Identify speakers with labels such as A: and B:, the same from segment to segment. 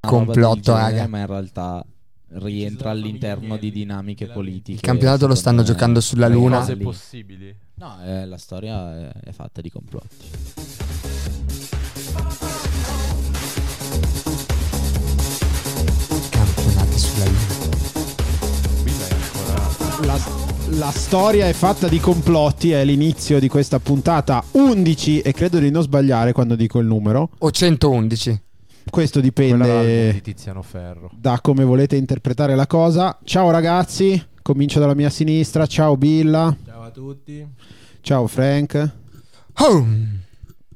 A: complotto,
B: roba del genere,
A: raga.
B: Ma in realtà rientra all'interno di dinamiche politiche.
A: Il campionato lo stanno
B: secondo me,
A: giocando sulla
B: le
A: luna.
B: cose
C: cose
B: poss-
C: possibili.
B: No, eh, la storia è, è fatta di complotti.
A: Campionati sulla luna.
C: Guida è ancora.
D: La, la storia è fatta di complotti, è l'inizio di questa puntata 11 e credo di non sbagliare quando dico il numero.
A: O 111.
D: Questo
C: Quella era l'album
D: dipende
C: di Tiziano Ferro.
D: da come volete interpretare la cosa. Ciao ragazzi, comincio dalla mia sinistra. Ciao Billa,
E: Ciao a tutti.
D: ciao Frank.
A: Oh!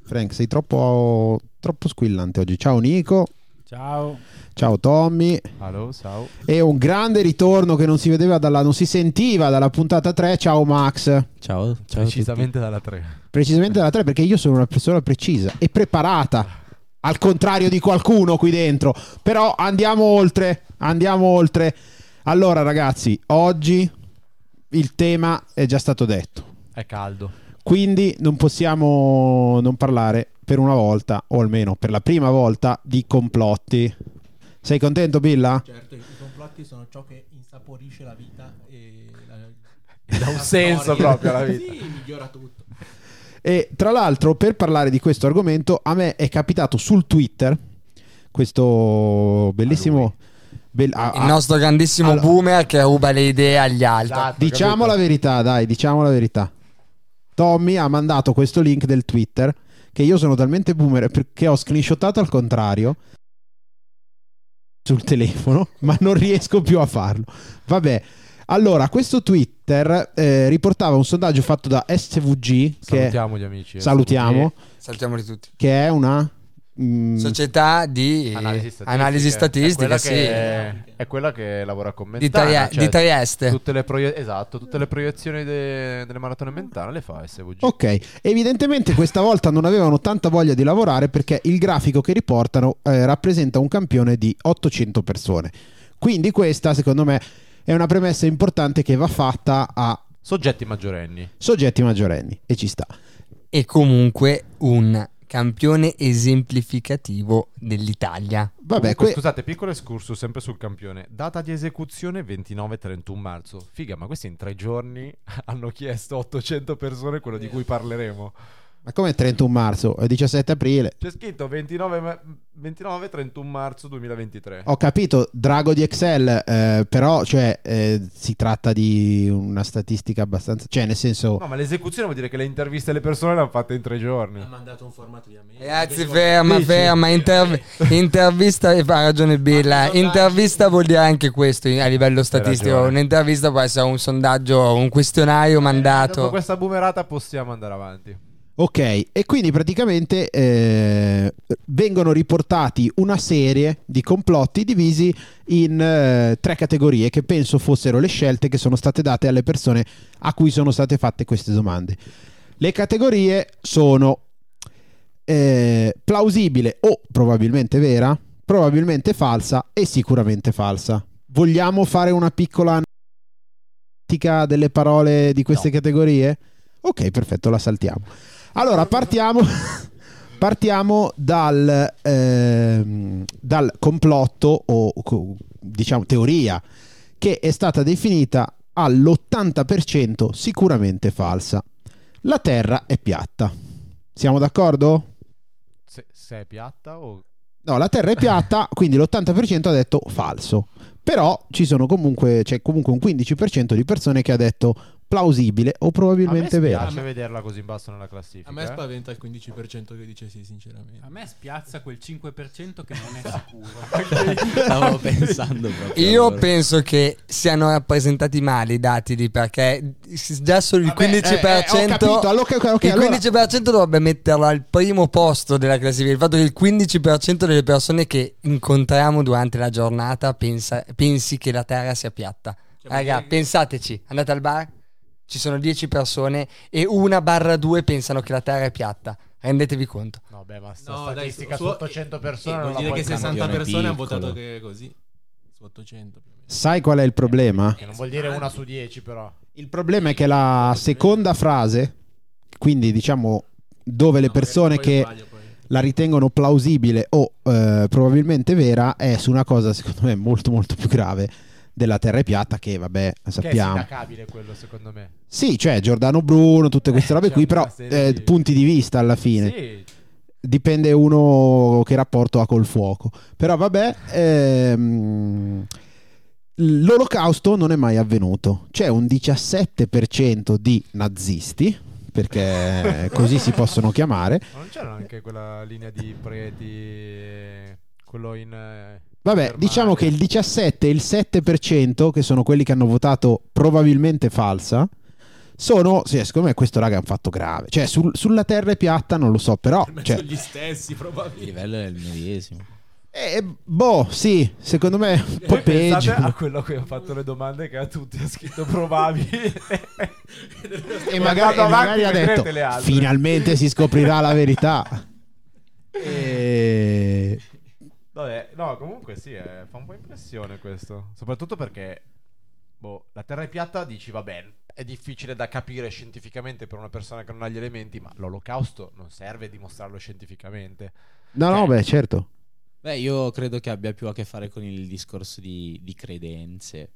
D: Frank, sei troppo, troppo squillante oggi. Ciao Nico,
E: Ciao.
D: ciao Tommy.
C: Allo, ciao.
D: E un grande ritorno che non si vedeva dalla, non si sentiva dalla puntata 3. Ciao Max.
B: Ciao, ciao.
C: Precisamente dalla 3.
D: Precisamente dalla 3 perché io sono una persona precisa e preparata. Al contrario di qualcuno qui dentro. Però andiamo oltre, andiamo oltre. Allora ragazzi, oggi il tema è già stato detto.
C: È caldo.
D: Quindi non possiamo non parlare per una volta, o almeno per la prima volta, di complotti. Sei contento, Billa?
E: Certo, i complotti sono ciò che insaporisce la vita e la,
C: Dà un
E: la
C: senso
E: storia.
C: proprio alla vita.
E: Sì, migliora tutto.
D: E tra l'altro, per parlare di questo argomento, a me è capitato sul Twitter questo bellissimo. bel- a-
A: Il
D: a-
A: nostro grandissimo
D: Allora-
A: boomer che ruba le idee agli altri.
C: Esatto,
D: diciamo la verità, dai, diciamo la verità. Tommy ha mandato questo link del Twitter che io sono talmente boomer perché ho screenshotato al contrario sul telefono, ma non riesco più a farlo. Vabbè. Allora, questo Twitter eh, riportava un sondaggio fatto da SVG che
C: Salutiamo gli amici. eh,
D: salutiamo,
A: Saltiamoli tutti.
D: che è una mm,
A: Società di
C: Analisi statistica.
A: analisi
C: è quella
A: statistica, sì.
C: che, è quella che lavora con
A: Di,
C: Mentana.
A: Trie-
C: cioè,
A: di Trieste.
C: Tutte le proie- esatto, tutte le proiezioni de- delle maratone mentali le fa SVG.
D: Ok, evidentemente questa volta non avevano tanta voglia di lavorare perché il grafico che riportano eh, rappresenta un campione di 800 persone. Quindi questa, secondo me, è una premessa importante che va fatta a
C: Soggetti maggiorenni.
D: soggetti maggiorenni e ci sta.
A: E comunque un campione esemplificativo dell'Italia.
D: Vabbè,
C: Comunque,
D: que-
C: Scusate, piccolo escursus sempre sul campione. Data di esecuzione 29-31 marzo. Figa, ma questi in tre giorni hanno chiesto 800 persone quello di cui parleremo.
D: ma come 31 marzo e 17 aprile?
C: C'è scritto 29 ma- 29-31 marzo 2023.
D: Ho capito, Drago di Excel, eh, però cioè, eh, si tratta di una statistica abbastanza... Cioè, nel senso...
C: No, ma l'esecuzione vuol dire che le interviste alle persone le hanno fatte in tre
E: Ha
C: giorni.
E: mandato un formato di amici.
A: Ragazzi, ferma, ferma. interv- intervista, e fa ragione Bella. Intervista vuol dire anche questo in- a livello statistico.
C: ragione. Eh,
A: Un'intervista può essere un sondaggio, un questionario
C: Dopo
A: mandato.
C: questa boomerata possiamo andare avanti.
D: Ok, e quindi praticamente eh, vengono riportati una serie di complotti divisi in eh, tre categorie che penso fossero le scelte che sono state date alle persone a cui sono state fatte queste domande. Le categorie sono eh, plausibile o probabilmente vera, probabilmente falsa e sicuramente falsa. Vogliamo fare una piccola analitica delle parole di queste categorie? Ok, perfetto, la saltiamo. Allora, partiamo, partiamo dal, ehm, dal complotto o co- diciamo teoria che è stata definita all'80% sicuramente falsa. La Terra è piatta. Siamo d'accordo?
C: Se, se è piatta o...
D: No, la Terra è piatta, quindi l'80% ha detto falso. Però ci sono comunque, c'è comunque un 15% di persone che ha detto plausibile o probabilmente
C: a me
D: vero.
C: piace vederla così in basso nella classifica.
E: A me
C: eh. Ah,
E: spaventa il 15% che dice sì, sinceramente.
F: A me spiazza quel 5% che non è sicuro.
B: Stavo pensando proprio.
A: Io
B: allora.
A: penso che siano rappresentati male i dati lì perché s- già solo il
D: Vabbè,
A: 15%.
D: eh, eh, ho capito, allora, ok, ok,
A: il
D: allora-
A: 15% dovrebbe metterlo al primo posto della classifica. Il fatto che il 15% delle persone che incontriamo durante la giornata pensa- pensi che la terra sia piatta.
E: Cioè,
A: Raga, pensateci, andate al bar, ci sono 10 persone e una barra due pensano che la terra è piatta. Rendetevi conto.
C: No, beh, ma sta
E: No, dai,
C: statistica
E: su-
C: su
E: su-
C: 800
E: Eh,
C: persone non
E: vuol
C: la
E: dire
C: puoi
E: che 60
C: cambiare.
E: persone hanno
B: piccolo.
E: votato che così. Su 800 più o meno.
D: Sai qual è il problema?
C: Che non vuol
E: Ah,
C: dire
E: eh.
C: una su 10 però.
D: Il problema è che la seconda frase, quindi diciamo dove le
E: No, magari
D: persone
E: poi
D: che
E: sbaglio poi.
D: la ritengono plausibile o eh, probabilmente vera è su una cosa secondo me molto molto più grave della terra è piatta che vabbè
C: Che è
D: sappiamo
C: sindacabile quello, secondo me.
D: sì cioè Giordano Bruno tutte queste
C: Eh,
D: robe
C: c'è
D: qui
C: una
D: però
C: serie
D: eh,
C: di-
D: punti di vista alla fine
C: Sì,
D: dipende uno che rapporto ha col fuoco. Però vabbè, ehm, l'olocausto non è mai avvenuto. C'è un 17% di nazisti, perché Eh, così si possono chiamare.
C: ma non c'era anche quella linea di preti, eh, quello in... eh,
D: Vabbè,
C: Germania?
D: diciamo che il 17 e il 7%, che sono quelli che hanno votato probabilmente falsa, sono, sì, secondo me questo raga è un fatto grave. Cioè, sul- sulla terra è piatta, non lo so, però...
G: Per me
D: cioè,
G: sono gli stessi,
B: Il
G: probabilmente.
B: livello è il medesimo.
D: eh, boh, sì, secondo me è un po'
C: Poi pensate
D: peggio.
C: Esatto, a quello che ho fatto le domande che a tutti ha scritto probabile.
D: e
C: È andato
D: magari, e magari
C: avanti,
D: ha detto
C: vedrete le altre.
D: finalmente si scoprirà la verità e...
C: Vabbè, no, comunque sì, eh, fa un po' impressione questo. Soprattutto perché, boh, la Terra è piatta, dici, va bene, è difficile da capire scientificamente per una persona che non ha gli elementi, ma l'olocausto non serve dimostrarlo scientificamente.
D: no
B: Cioè,
D: no beh certo
B: Beh, io credo che abbia più a che fare con il discorso di, di credenze. Cioè,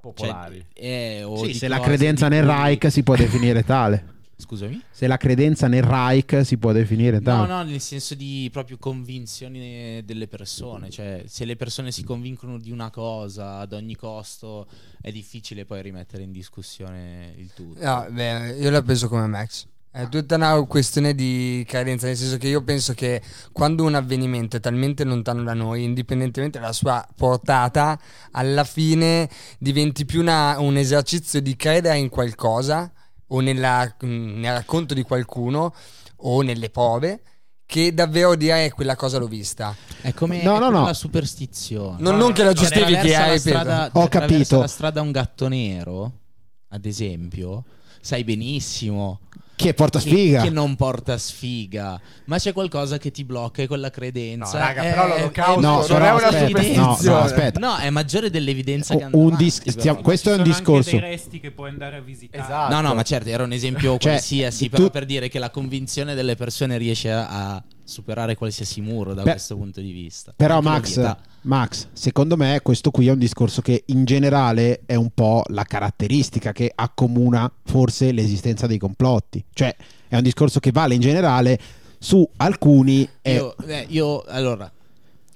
C: Popolari.
B: eh, o
D: sì,
B: di
D: se la
B: cose
D: credenza
B: di
D: nel
B: cui-
D: Reich si può definire tale
B: Scusami?
D: se la credenza nel Reich si può definire
B: No,
D: tale
B: no, nel senso di proprio convinzioni delle persone. Cioè, se le persone si convincono di una cosa ad ogni costo, è difficile poi rimettere in discussione il tutto.
A: No,
D: Ah,
A: beh, Ah, io la penso come Max. È tutta una questione di carenza, nel senso che io penso che quando un avvenimento è talmente lontano da noi, indipendentemente dalla sua portata, alla fine diventi più una- un esercizio di credere in qualcosa o nella- mh, nel racconto di qualcuno o nelle prove che davvero dire "Eh, quella cosa l'ho vista.
B: È come,
D: No,
B: è
D: no,
B: come
D: no.
B: la superstizione.
A: Non, non che la
B: Cioè,
A: giustifichi,
B: attraversa
A: eh,
B: la
A: ripeto.
B: strada,
D: Ho
B: cioè, attraversa
D: capito.
B: la strada un gatto nero, ad esempio, sai benissimo
D: che porta
B: che-
D: sfiga
B: Che, non porta sfiga, ma c'è qualcosa che ti blocca e quella credenza. Eh,
C: No, raga, però l'olocausto
D: no,
C: non è una
D: aspetta,
C: superstizione.
D: no, no, aspetta.
B: No, è maggiore dell'evidenza che
D: Oh,
B: andava
D: un
B: avanti,
D: dis-
B: però.
D: stiamo- questo è un
F: Ci sono
D: discorso
F: Anche dei resti che puoi andare a visitare.
C: Esatto.
B: No, no, ma certo, era un esempio
D: Cioè,
B: qualsiasi,
D: tu-
B: però per dire che la convinzione delle persone riesce a, a superare qualsiasi muro da
D: Beh,
B: questo punto di vista.
D: Però
B: Anche la
D: Max,
B: pietà.
D: Max, secondo me questo qui è un discorso che in generale è un po' la caratteristica che accomuna forse l'esistenza dei complotti. Cioè è un discorso che vale in generale su alcuni e
B: Io, eh, io, allora,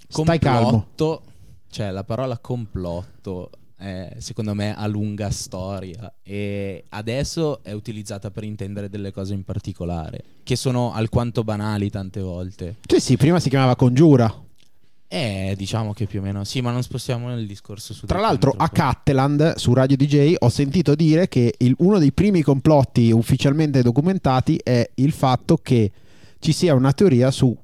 D: Stai calmo.
B: complotto, cioè la parola complotto è, secondo me ha lunga storia e adesso è utilizzata per intendere delle cose in particolare che sono alquanto banali tante volte.
D: Cioè sì, prima si chiamava congiura.
B: Eh, diciamo che più o meno sì, ma non spostiamo nel discorso su
D: Tra
B: dei
D: l'altro a
B: contro-
D: Catteland su Radio DJ ho sentito dire che il- uno dei primi complotti ufficialmente documentati è il fatto che ci sia una teoria sul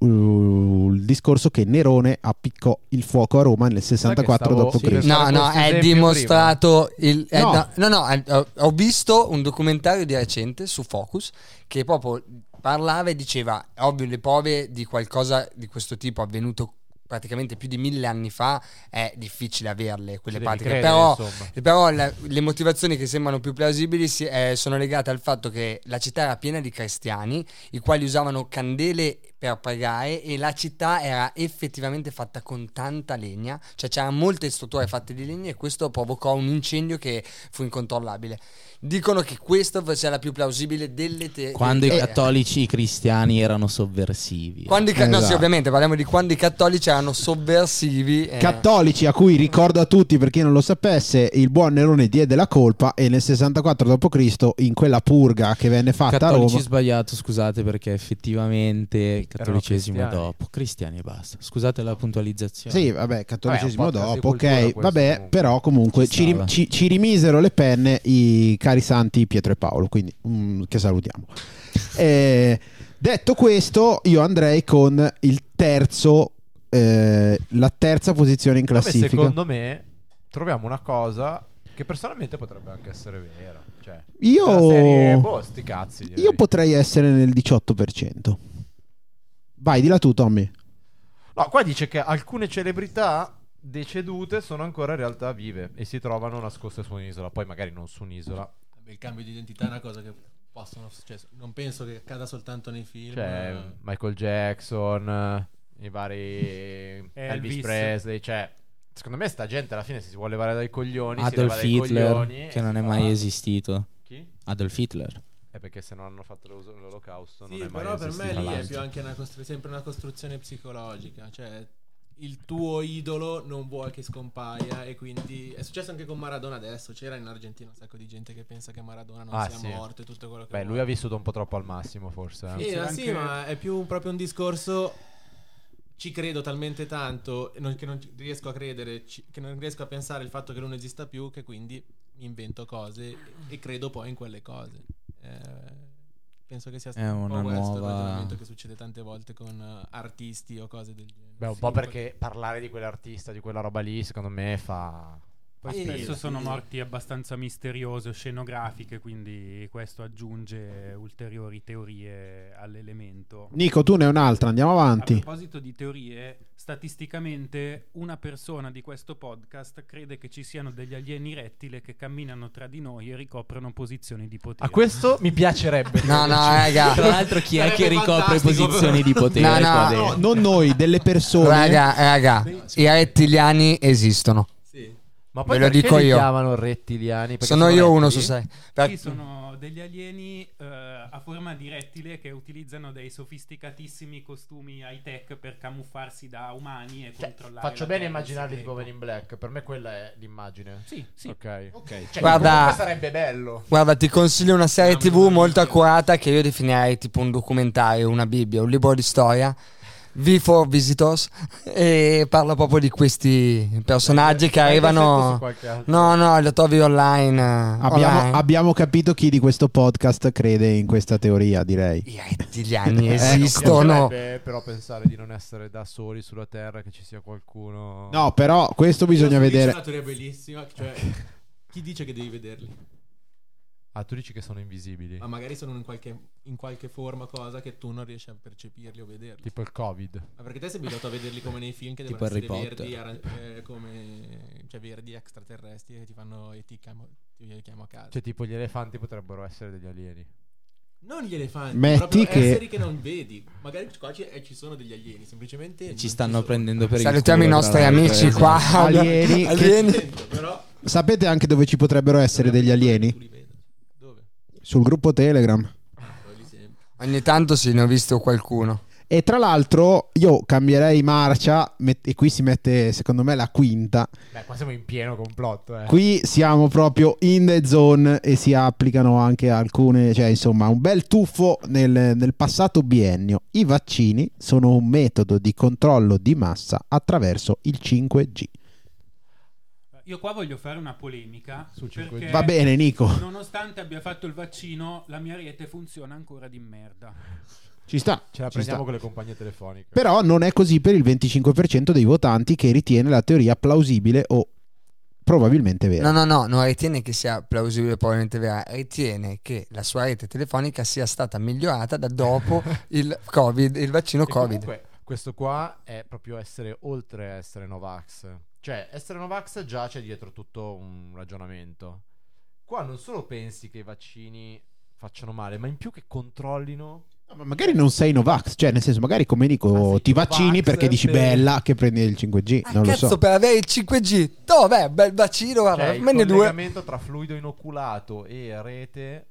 D: discorso che Nerone appiccò il fuoco a Roma nel 64
C: stavo-
D: d.C.
C: sì,
A: No,
C: Pensare
A: no,
C: questo
A: è
C: esempio
A: dimostrato il... è
D: No.
A: da- no, no, è- ho, ho visto un documentario di recente su Focus che proprio parlava e diceva, ovvio, le prove di qualcosa di questo tipo avvenuto praticamente più di mille anni fa è difficile averle,
C: Ci
A: quelle
C: devi
A: pratiche,
C: credere,
A: però...
C: insomma.
A: Però la- le motivazioni che sembrano più plausibili si- eh, sono legate al fatto che la città era piena di cristiani, i quali usavano candele per pregare e la città era effettivamente fatta con tanta legna, cioè c'erano molte strutture fatte di legna e questo provocò un incendio che fu incontrollabile. Dicono che questa sia la più plausibile delle teorie.
B: quando
D: eh,
B: i cattolici i cristiani erano sovversivi.
A: Quando i ca- No, sì,
D: Esatto.
A: ovviamente parliamo di quando i cattolici erano sovversivi. eh.
D: Cattolici a cui ricordo a tutti per chi non lo sapesse, il buon Nerone diede la colpa e nel 64 d.C. in quella purga che venne fatta a
B: Cattolici
D: Roma,
B: sbagliato, scusate, perché effettivamente il cattolicesimo è
C: cristiani.
B: dopo. Cristiani e basta. Scusate la puntualizzazione.
D: sì, vabbè, cattolicesimo
C: Vabbè, è un podcast
D: dopo,
C: di cultura
D: ok,
C: questo,
D: vabbè,
C: comunque.
D: però comunque
B: Ci
D: ci, rim-
B: stava.
D: ci- ci rimisero le penne i cari santi Pietro e Paolo, quindi mm, che salutiamo. Eh, detto questo, io andrei con il terzo, eh, la terza posizione in
C: Vabbè,
D: classifica.
C: secondo me troviamo una cosa che personalmente potrebbe anche essere vera. Cioè,
D: Io-
C: della Serie, boh, sti cazzi. direi.
D: Io potrei essere nel 18%. Vai, dilla tu, Tommy.
C: No, qua dice che alcune celebrità decedute sono ancora in realtà vive e si trovano nascoste su un'isola, poi magari non su un'isola.
G: Vabbè, Il cambio di identità è una cosa che
E: possono cioè, non penso che accada soltanto nei film.
C: Cioè,
E: eh.
C: Michael Jackson, eh, i vari Elvis
F: Elvis.
C: Presley, cioè, secondo me sta gente alla fine se si vuole levare dai coglioni,
B: Adolf
C: si leva dai
B: Hitler,
C: coglioni.
B: che
C: e
B: non
C: si
B: è
C: fa-
B: mai esistito.
C: Chi?
B: Adolf Hitler.
C: È perché se non hanno fatto l'os- l'olocausto
E: Sì,
C: non è mai
E: però per me
C: esistito.
E: lì è
B: l'altro.
E: più anche una costru- sempre una costruzione psicologica, cioè il tuo idolo non vuoi che scompaia e quindi è successo anche con Maradona adesso, c'era in Argentina un sacco di gente che pensa che Maradona non
C: Ah,
E: sia
C: sì.
E: morto e tutto quello che
C: Beh, lui
E: vuoi.
C: ha vissuto un po' troppo al massimo, forse. eh.
E: Sì,
F: C'era
E: ma sì,
F: anche-
E: ma è più un- proprio un discorso ci credo talmente tanto e non- che non ci- riesco a credere, ci- che non riesco a pensare il fatto che non esista più che quindi mi invento cose e, e credo poi in quelle cose. Eh, penso che sia
B: È
E: un
B: una
E: po' questo il
B: nuova-
E: ragionamento che succede tante volte con eh, artisti o cose del genere.
C: Beh, un
E: Sì,
C: po' perché parlare di quell'artista, di quella roba lì, secondo me fa...
F: Poi
E: Sì,
F: spesso
E: sì,
F: sono
E: sì.
F: morti abbastanza misteriose, scenografiche, quindi questo aggiunge ulteriori teorie all'elemento.
D: Nico, tu ne hai un'altra, andiamo
F: A
D: avanti.
F: proposito di teorie, statisticamente una persona di questo podcast crede che ci siano degli alieni rettile che camminano tra di noi e ricoprono posizioni di potere.
C: A questo mi piacerebbe.
A: No, no, raga.
B: Tra l'altro, chi è
E: Sarebbe
B: che ricopre
E: fantastico,
B: posizioni di potere?
A: No, no,
B: qua
A: no,
B: dentro?
D: Non noi, delle persone.
A: Raga, raga, i rettiliani esistono.
E: Sì.
C: Ma
A: Ve lo
C: perché
A: dico
C: li
A: io.
C: chiamano rettiliani? Perché
A: Sono io uno su
C: rettili?
A: sei.
F: Sì,
A: Per-
F: sono degli alieni eh, a forma di rettile che utilizzano dei sofisticatissimi costumi high-tech per camuffarsi da umani e
C: Cioè,
F: controllare.
C: faccio
F: la
C: bene a
F: Terra,
C: immaginarli
F: sì,
C: tipo Men
F: ecco.
C: in Black. Per me quella è l'immagine.
F: Sì, sì.
C: Ok.
D: Ok.
C: Cioè,
A: Guarda-
C: comunque sarebbe bello.
A: Guarda, ti consiglio una serie
E: Mamma
A: TV
E: mia.
A: molto accurata che io definirei tipo un documentario, una Bibbia, un libro di storia. V for Visitors e parla proprio di questi personaggi che
C: Hai detto su
A: arrivano.
C: qualche altro? Ecco,
A: No, no, lo trovi online. eh, online.
D: Abbiamo, abbiamo capito chi di questo podcast crede in questa teoria, direi.
A: I rettiliani
D: Eh,
C: Mi
B: eh,
A: esistono.
C: piacerebbe però pensare di non essere da soli sulla Terra, che ci sia qualcuno.
D: No, però questo bisogna
E: Io so che
D: vedere.
E: C'è una teoria bellissima, cioè chi dice che devi vederli?
C: Ah, tu dici che sono invisibili.
E: Ma magari sono in qualche, in qualche forma cosa che tu non riesci a percepirli o vederli.
C: Tipo il Covid.
E: Ma perché te sei abituato a vederli come nei film che
B: Tipo
E: devono essere
B: Harry
E: verdi, aran- eh, come, cioè verdi extraterrestri che ti fanno e ti chiamo, ti chiamo a casa.
C: Cioè, tipo gli elefanti potrebbero essere degli alieni.
E: non gli elefanti,
D: Metti
E: proprio
D: che-
E: esseri che non vedi. Magari qua ci, eh, ci sono degli alieni, semplicemente non
B: Ci stanno
E: sono.
B: prendendo per
A: Salutiamo i
B: il culo.
A: nostri
B: tra l'altro. eh,
A: amici qua.
D: Alieni che-
A: Alieni.
E: Però
D: Sapete anche dove ci potrebbero essere degli alieni?
E: Tu li vedi. Dove?
D: Sul gruppo Telegram.
E: Quelli sempre.
A: Ogni tanto sì, ne ho visto qualcuno.
D: E tra l'altro io cambierei marcia met- e qui si mette secondo me la quinta.
C: Beh, qua siamo in pieno complotto, eh.
D: Qui siamo proprio in the zone e si applicano anche alcune, cioè insomma un bel tuffo nel, nel passato biennio. I vaccini sono un metodo di controllo di massa attraverso il 5G.
F: Eh, Io qua voglio fare una polemica.
C: Sul
F: perché
C: 5G.
D: Va bene Nico,
F: Nonostante abbia fatto il vaccino, la mia rete funziona ancora di merda.
D: ci sta.
C: Ce la
D: ci sta.
C: prendiamo con le compagnie telefoniche.
D: Però non è così per il 25% dei votanti che ritiene la teoria plausibile o probabilmente vera.
A: No, no, no, non ritiene che sia plausibile, probabilmente vera. Ritiene che la sua rete telefonica sia stata migliorata da dopo il Covid, il vaccino
C: E
A: Covid.
C: Comunque, questo qua è proprio essere oltre a essere Novax. Cioè, essere Novax già c'è dietro tutto un ragionamento. Qua non solo pensi che i vaccini facciano male, ma in più che controllino.
D: No, ma magari non sei Novax, cioè nel senso magari come dico
C: Ah, sì,
D: ti vaccini
C: Novax,
D: perché dici
C: sì.
D: bella che prendi il 5G,
A: Ah,
D: non lo
A: cazzo,
D: so.
A: per avere il 5G. Dov'è? Bel vaccino, guarda,
C: Cioè, il
A: me ne Ah, due.
C: collegamento tra fluido inoculato e rete.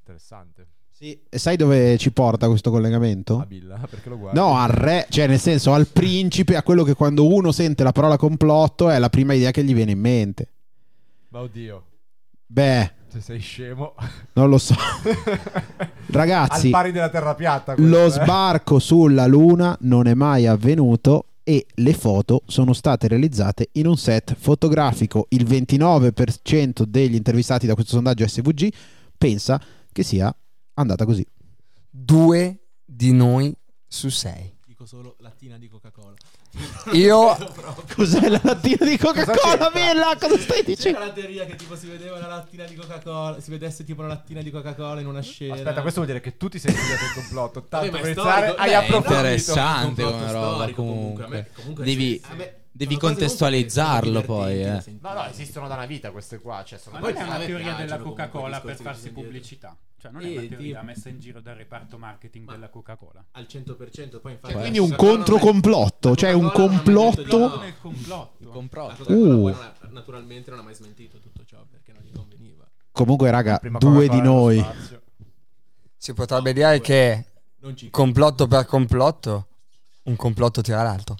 C: Interessante.
D: Sì, e sai dove ci porta questo collegamento?
C: A Billa, perché lo guardi?
D: No, al re, cioè nel senso al principe, a quello che quando uno sente la parola complotto è la prima idea che gli viene in mente.
C: Ma oddio,
D: Beh,
C: se sei scemo.
D: non lo so.
C: Al
D: Ragazzi,
C: pari della terra piatta. questo,
D: lo
C: eh.
D: sbarco sulla luna non è mai avvenuto e le foto sono state realizzate in un set fotografico. Il 29% degli intervistati da questo sondaggio SVG pensa che sia andata così.
A: Due di noi su sei.
E: Dico solo lattina di Coca-Cola.
A: Io
D: Cos'è la lattina di
C: Cosa c'entra?
D: Coca-Cola, Villa? Cosa stai
E: C'era
D: dicendo?
E: la teoria che tipo si vedeva una lattina di Coca-Cola, si vedesse tipo una lattina di Coca-Cola in una scena.
C: Aspetta, questo vuol dire che tu ti sei studiato il complotto. Tanto
E: Vabbè, ma
C: per
E: è
C: iniziare,
E: storico.
C: hai
E: Beh,
C: approfondito.
E: no,
B: Interessante
E: complotto
B: una roba,
E: storico, comunque,
B: comunque.
E: a me- comunque
B: Devi-
E: ci- a me-
B: Devi
E: sono cose comunque che sono
B: contestualizzarlo
E: divertenti
B: poi,
E: da
B: eh.
E: sentire.
C: No, no, esistono da una vita queste qua. Cioè, sono
F: Ma
C: poi
F: non è una
E: a me
F: teoria della
E: piacciono comunque i
F: Coca-Cola per
E: discorsi
F: farsi
E: che bisogna
F: pubblicità. Cioè, non è
E: Eh,
F: una teoria
E: tipo-
F: messa in giro dal reparto marketing
E: Ma-
F: della Coca-Cola.
E: Al 100%, poi infatti...
B: Cioè,
D: Quindi un controcomplotto, cioè un
F: Tutto
D: complotto.
F: nel
B: Il
F: complotto.
E: La
B: comprotto.
E: Coca-Cola
D: Uh.
E: poi non ha- naturalmente non ha mai smentito tutto ciò perché non gli conveniva.
D: Comunque, raga,
C: Prima
D: due
C: Coca-Cola
D: di
C: nello
D: noi.
C: spazio.
A: Si potrebbe dire che
E: Non ci
A: complotto per complotto, un complotto tira l'altro.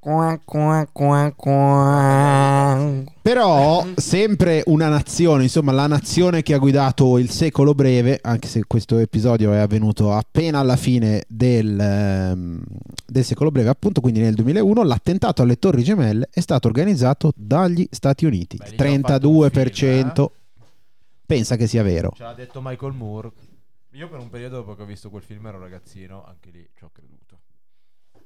A: Qua, qua, qua, qua.
D: Però, sempre una nazione, insomma, la nazione che ha guidato il secolo breve, anche se questo episodio è avvenuto appena alla fine del, ehm, del secolo breve, appunto, quindi nel 2001, l'attentato alle Torri Gemelle è stato organizzato dagli Stati Uniti.
C: Beh, lì ci hanno fatto un
D: 32% pensa che sia vero.
C: Ce l'ha detto Michael Moore. Io per un periodo dopo che ho visto quel film ero ragazzino, anche lì ci ho creduto.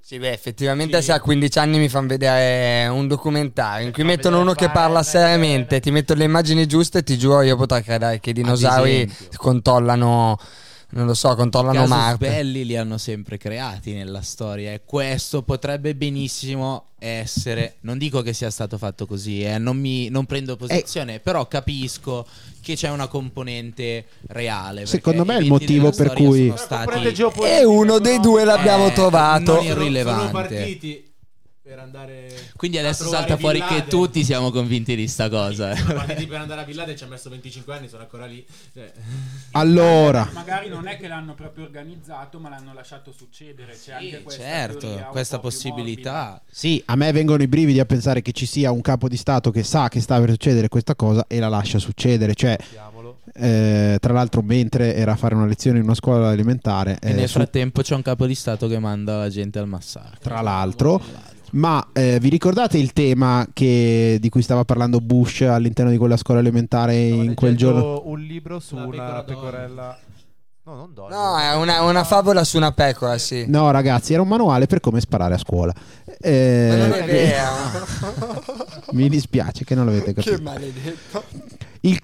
A: Sì, beh, effettivamente
E: Sì.
A: se a 15 anni mi fanno vedere un documentario in cui
C: Fa
A: mettono
C: vedere
A: uno che
C: fare,
A: parla
C: dai,
A: seriamente,
C: dai.
A: ti mettono le immagini giuste, ti giuro io potrei credere che i dinosauri
B: esempio.
A: controllano, non lo so, controllano
B: Casus
A: Marte.
B: belli li hanno sempre creati nella storia e questo potrebbe benissimo essere, non dico che sia stato fatto così, eh, non, mi, non prendo posizione, però capisco che c'è una componente reale. perché
D: Secondo me
B: i
D: è il
B: eventi della
D: motivo per
B: storia
D: cui-
B: sono
D: Però
B: stati
A: E uno dei due l'abbiamo
B: Eh,
A: trovato.
B: non
E: sono, sono
B: irrilevante.
E: partiti per andare
B: Quindi
E: a
B: adesso
E: trovare
B: salta fuori
E: Bin
B: che
E: Laden.
B: tutti siamo convinti di sta cosa.
E: sono partiti per andare a Villade ci ha messo 25 anni sono ancora lì Cioè,
D: Allora,
F: Magari non è che l'hanno proprio organizzato, ma l'hanno lasciato succedere. C'è anche questa teoria
B: certo,
F: un
B: questa
F: po' più morbida.
B: possibilità.
D: sì, a me vengono i brividi a pensare che ci sia un capo di Stato che sa che sta per succedere questa cosa e la lascia succedere. Cioè,
C: Chiamolo.
D: eh, tra l'altro, mentre era a fare una lezione in una scuola elementare,
B: e
D: eh,
B: nel
D: su-
B: frattempo c'è un capo di Stato che manda la gente al massacro.
D: tra l'altro. Ma eh, vi ricordate il tema che- di cui stava parlando Bush all'interno di quella scuola elementare in quel giorno?
C: un libro su
E: La
C: una
E: pecora d'oro.
C: pecorella. No, non do.
A: No, eh, è una, una favola su una pecora, sì.
D: No, ragazzi, era un manuale per come sparare a scuola. Eh,
A: Ma non è
D: che-
A: vero.
D: mi dispiace che non l'avete capito.
A: che maledetto.
D: Il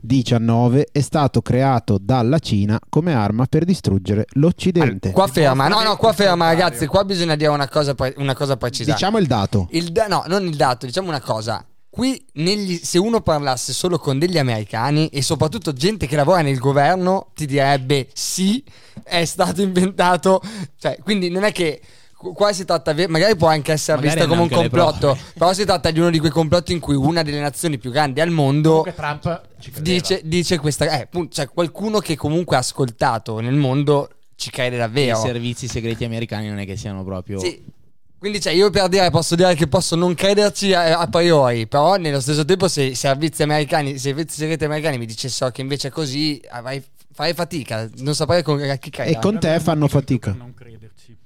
D: Covid-19 è stato creato dalla Cina come arma per distruggere l'Occidente.
A: Qua ferma, no, no, qua ferma, ragazzi. Qua bisogna dire una cosa, pre- una cosa precisa.
D: Diciamo il dato.
A: Il da- no, non il dato, diciamo una cosa. Qui negli- se uno parlasse solo con degli americani e soprattutto gente che lavora nel governo ti direbbe sì, è stato inventato. Cioè, quindi non è che qu- qua si tratta, ve- magari può anche essere
B: Magari
A: vista come
B: hanno
A: un
B: anche le
A: complotto, però si tratta di uno di quei complotti in cui una delle nazioni più grandi al mondo
C: Comunque Trump ci credeva.
A: dice, dice questa... Eh, appunto, cioè qualcuno che comunque ha ascoltato nel mondo ci crede
B: I
A: davvero.
B: servizi segreti americani non è che siano proprio...
A: Sì. Quindi, cioè, io per dire posso dire che posso non crederci a, a priori, però nello stesso tempo, se i servizi americani, i servizi segreti americani mi dicessero che invece è così, avrai- farei fatica, non saprei con a chi credere.
D: E con te fanno fatica.
F: Per Non crederci.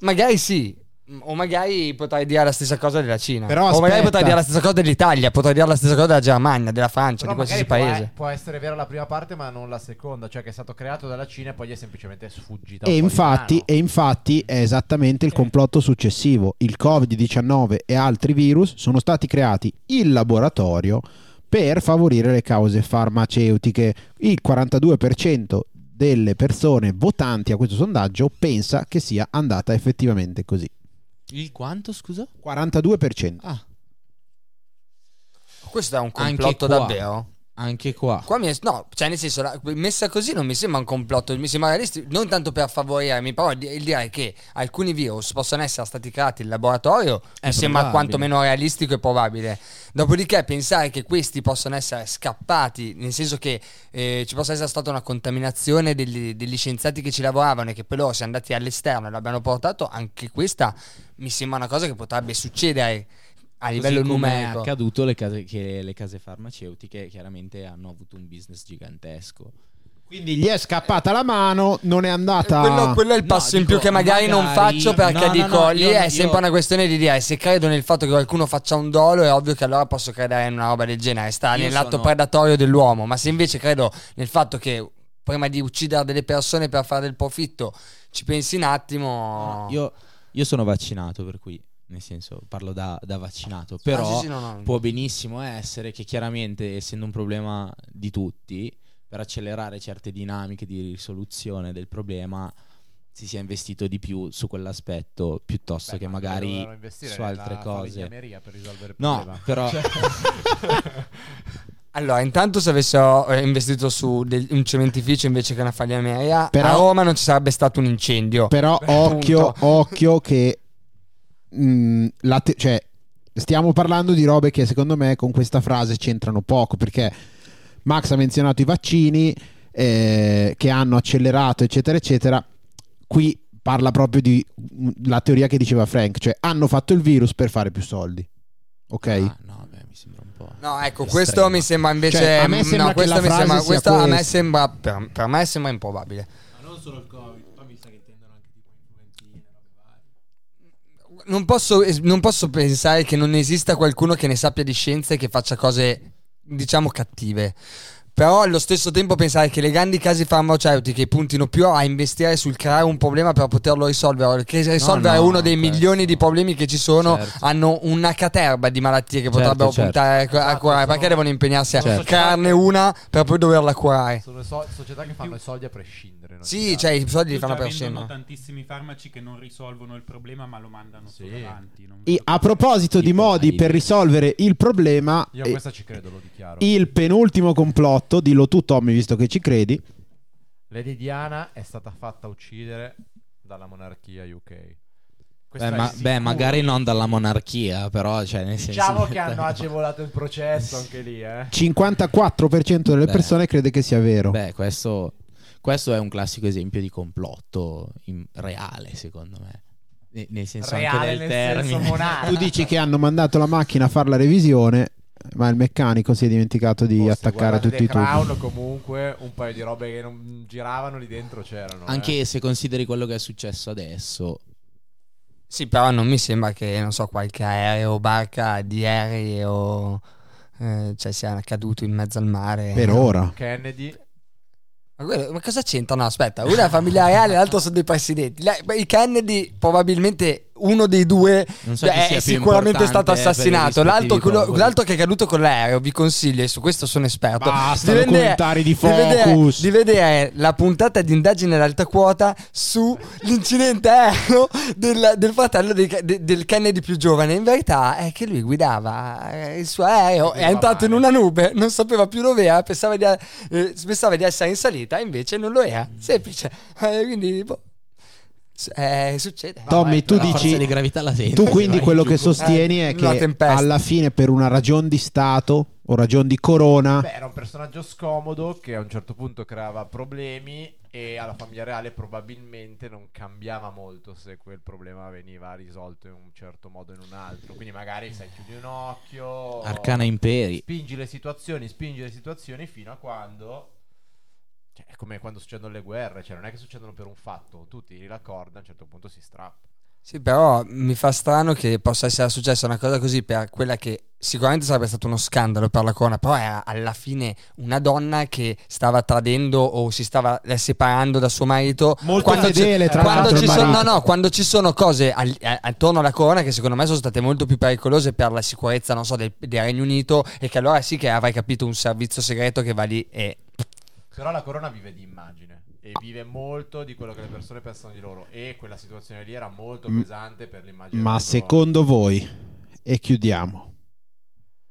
A: Magari sì. m- O magari potrei dire la stessa cosa della Cina.
D: Però
A: o magari
D: aspetta.
A: potrei dire la stessa cosa dell'Italia, potrei dire la stessa cosa della Germania, della Francia,
C: Però
A: di qualsiasi
C: magari può-
A: paese.
C: Può, essere vera la prima parte, ma non la seconda. Cioè, che è stato creato dalla Cina e poi gli è semplicemente sfuggito.
D: E infatti, e infatti è esattamente
A: Eh.
D: il complotto successivo. Il Covid-19 e altri virus sono stati creati in laboratorio per favorire le cause farmaceutiche. Il 42% delle persone votanti a questo sondaggio pensa che sia andata effettivamente così.
B: Il quanto, scusa?
D: 42%.
B: Ah,
A: Questo è un
B: Anche
A: complotto
B: qua.
A: davvero.
B: anche qua.
A: Qua mi è- no, cioè nel senso, la- messa così non mi sembra un complotto, mi sembra realistico, non tanto per favorirmi, però di- il dire che alcuni virus possono essere stati creati in laboratorio mi sembra
B: probabile.
A: quantomeno realistico e probabile. Dopodiché pensare che questi possono essere scappati, nel senso che eh, ci possa essere stata una contaminazione degli, degli scienziati che ci lavoravano e che poi loro siano andati all'esterno e l'abbiano portato, anche questa mi sembra una cosa che potrebbe succedere a livello
B: Così come è
A: numerico.
B: accaduto le case, che le case farmaceutiche chiaramente hanno avuto un business gigantesco.
D: Quindi gli è scappata la mano, non è andata...
A: Quello, quello è il
B: No,
A: passo in
B: dico,
A: più che magari, non
B: magari-
A: faccio perché
B: no, no,
A: dico
B: no,
A: lì
B: io-
A: è
B: io-
A: sempre una questione di dire "Eh, se credo nel fatto che qualcuno faccia un dolo è ovvio che allora posso credere in una roba del genere sta
B: Io
A: nell'atto
B: sono-
A: predatorio dell'uomo ma se invece credo nel fatto che prima di uccidere delle persone per fare del profitto ci pensi un attimo
B: Ah,
A: Ah,
B: Io, io sono vaccinato, per cui, nel senso, parlo da, da vaccinato,
A: Ah,
B: però
A: sì, sì, no, no.
B: può benissimo essere che chiaramente, essendo un problema di tutti, per accelerare certe dinamiche di risoluzione del problema si sia investito di più su quell'aspetto piuttosto
C: Beh,
B: che
C: ma
B: magari
C: dovevano investire
B: su altre
C: nella
B: cose.
C: falegnameria per risolvere il
B: No,
C: problema.
B: però
A: Allora, intanto se avessero eh, investito su del- un cementificio invece che una falegnameria,
D: Però-
A: a Roma non ci sarebbe stato un incendio.
D: Però occhio, occhio che mh, la te- cioè, stiamo parlando di robe che secondo me con questa frase c'entrano poco perché Max ha menzionato i vaccini eh, che hanno accelerato eccetera eccetera. Qui parla proprio di mh, la teoria che diceva Frank, cioè hanno fatto il virus per fare più soldi. Ok?
B: Ah, no, beh, mi sembra un po'.
A: No, ecco,
B: estremo.
A: questo mi sembra invece.
D: Cioè, a me
A: no,
D: sembra che
A: questo
D: la
A: mi
D: frase
A: sembra-
D: sia
A: questo a me
D: questa.
A: sembra. Per, per me sembra improbabile.
E: Ma non solo il Covid, poi mi sa che intendono anche tipo influenzine, robe varie.
A: Non posso, es- non posso pensare che non esista qualcuno che ne sappia di scienza e che faccia cose, diciamo, cattive. Però allo stesso tempo pensare che le grandi case farmaceutiche puntino più a investire sul creare un problema per poterlo risolvere, che risolvere
B: no,
A: uno dei
D: certo.
B: questo
A: milioni di
B: no.
A: problemi che ci sono,
B: Certo.
A: hanno una caterba di malattie che
B: Certo,
A: potrebbero
B: certo.
A: puntare a cu- a
C: Esatto,
A: curare.
C: sono-
A: Perché devono impegnarsi a
D: Certo.
C: sono società
A: crearne
C: che-
A: una per poi doverla curare?
C: Sono so- società che fanno i soldi a prescindere. non
A: Sì,
C: gli
A: cioè i soldi li
F: Più
A: fanno
F: già
A: per
F: vendono
A: scena.
F: tantissimi farmaci che non risolvono il problema, ma lo mandano
C: Sì.
F: solo avanti. non
D: E
F: vedo
D: a
F: perché.
D: proposito di
B: Tipo,
D: modi
B: dai.
D: per risolvere il problema,
C: dà. Io a
D: eh,
C: questa ci credo, lo dichiaro.
D: il penultimo complotto, dillo tu Tommy visto che ci credi,
C: Lady Diana è stata fatta uccidere dalla monarchia UK. Questo
B: Beh,
C: è
B: ma-
C: sicuro.
B: beh, magari non dalla monarchia, però, cioè, nel
C: Diciamo
B: senso
C: che hanno agevolato il processo anche lì, eh.
D: 54% delle
B: Beh.
D: persone crede che sia vero.
B: Beh, questo, questo è un classico esempio di complotto in- reale, secondo me. Ne- Nel senso
C: Reale
B: anche del
C: nel
B: termine.
C: senso monarchico.
D: Tu dici che hanno mandato la macchina a fare la revisione, ma il meccanico si è dimenticato di
C: Oh, se
D: attaccare
C: guardate
D: tutti i
C: The
D: tubi.
C: Crown, comunque un paio di robe che non giravano lì dentro c'erano. eh.
B: Anche se consideri quello che è successo adesso,
A: Sì, però non mi sembra che, non so, qualche aereo o barca di aerei o... eh, cioè sia caduto in mezzo al mare.
D: Per ora.
C: Kennedy.
A: Ma, quello- ma cosa c'entra? No, aspetta, una è famiglia reale, l'altro sono dei presidenti. La- beh, I Kennedy probabilmente uno dei due
B: non so chi
A: Beh,
B: sia
A: è
B: più
A: sicuramente
B: importante
A: stato
B: per i
A: assassinato.
B: rispettivi
A: L'altro, quello-
B: popoli.
A: l'altro che è caduto con l'aereo, vi consiglio, e su questo sono esperto.
D: Basta, documentari di
A: vedere-
D: Focus.
A: di vedere la puntata di indagine ad alta quota sull'incidente aereo del, del fratello dei- de- del Kennedy più giovane. In verità è che lui guidava eh, il suo aereo, è
C: Guidava
A: entrato in
C: male.
A: una nube, non sapeva più dove era, pensava di, eh, pensava di essere in salita, invece non lo era. Semplice. Eh, quindi, boh, eh, succede.
D: Tommy, tu
B: La forza di
D: dici...
B: gravità la senti.
D: Tu quindi
B: vai
D: quello
B: giù.
D: che sostieni
A: Eh,
D: è
A: una
D: che
A: tempesta.
D: alla fine per una ragion di Stato o ragion di corona...
C: Beh, era un personaggio scomodo che a un certo punto creava problemi e alla famiglia reale probabilmente non cambiava molto se quel problema veniva risolto in un certo modo o in un altro. Quindi magari sai chiudi un occhio.
B: Arcana Imperi.
C: Spingi le situazioni, spingi le situazioni fino a quando. Cioè, è come quando succedono le guerre, cioè non è che succedono per un fatto, tu tiri la corda, a un certo punto si strappa.
A: Sì, però mi fa strano che possa essere successa una cosa così per quella che sicuramente sarebbe stato uno scandalo per la corona, però era alla fine una donna che stava tradendo o si stava eh, separando da suo marito.
D: Molto
A: quando
D: fedele,
A: ci,
D: tra
A: quando
D: l'altro,
A: ci
D: il
A: sono,
D: marito.
A: no, no, quando ci sono cose al- a- attorno alla corona che secondo me sono state molto più pericolose per la sicurezza, non so, del, del Regno Unito e che allora sì che avrai capito un servizio segreto che va lì e...
C: Però la corona vive di immagine e vive molto di quello che le persone pensano di loro e quella situazione lì era molto
D: Mm.
C: pesante per l'immagine. della corona.
D: Ma secondo voi, e chiudiamo,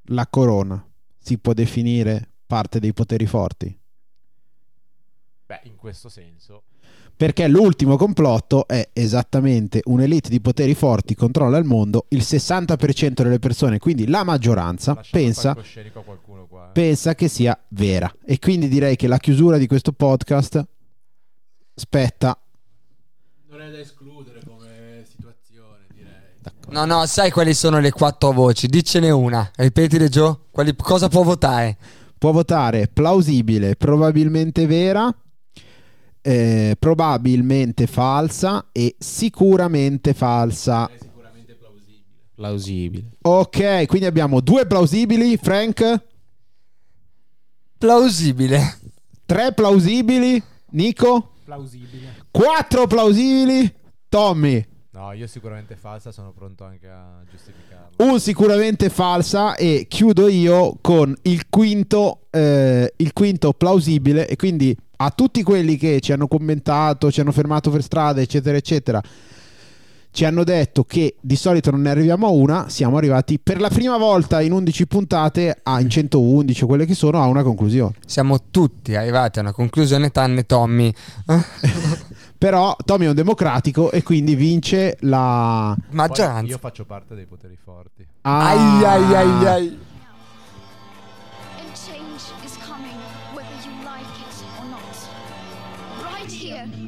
D: la corona si può definire parte dei poteri forti?
C: Beh, in questo senso.
D: Perché l'ultimo complotto è esattamente un'elite di poteri forti controlla il mondo, il 60% delle persone, quindi la maggioranza,
C: lasciamo il
D: pensa,
C: palcoscenico a qualcuno qua. eh.
D: pensa che sia vera. E quindi direi che la chiusura di questo podcast spetta...
E: Non è da escludere come situazione, direi.
A: No, no, sai quali sono le quattro voci, dicene una, ripetile Joe, quali- cosa può votare?
D: Può votare plausibile, probabilmente vera, eh, probabilmente falsa e sicuramente falsa.
E: È sicuramente plausibile.
B: Plausibile.
D: Ok, quindi abbiamo due plausibili, Frank,
A: Plausibile.
D: tre plausibili, Nico,
F: Plausibile.
D: quattro plausibili, Tommy,
C: No, io sicuramente falsa, sono pronto anche a giustificarlo.
D: un sicuramente falsa e chiudo io con il quinto, eh, il quinto plausibile e quindi a tutti quelli che ci hanno commentato, ci hanno fermato per strada, eccetera, eccetera, ci hanno detto che di solito non ne arriviamo a una, siamo arrivati per la prima volta in 11 puntate, a, in 111 o quelle che sono, a una conclusione.
A: Siamo tutti arrivati a una conclusione, tranne Tommy.
D: Però Tommy è un democratico e quindi vince la...
C: Poi
A: Maggioranza.
C: Io faccio parte dei poteri forti.
D: Ah.
A: Ai ai ai ai.
G: And change is coming, whether you like it or not. Right here,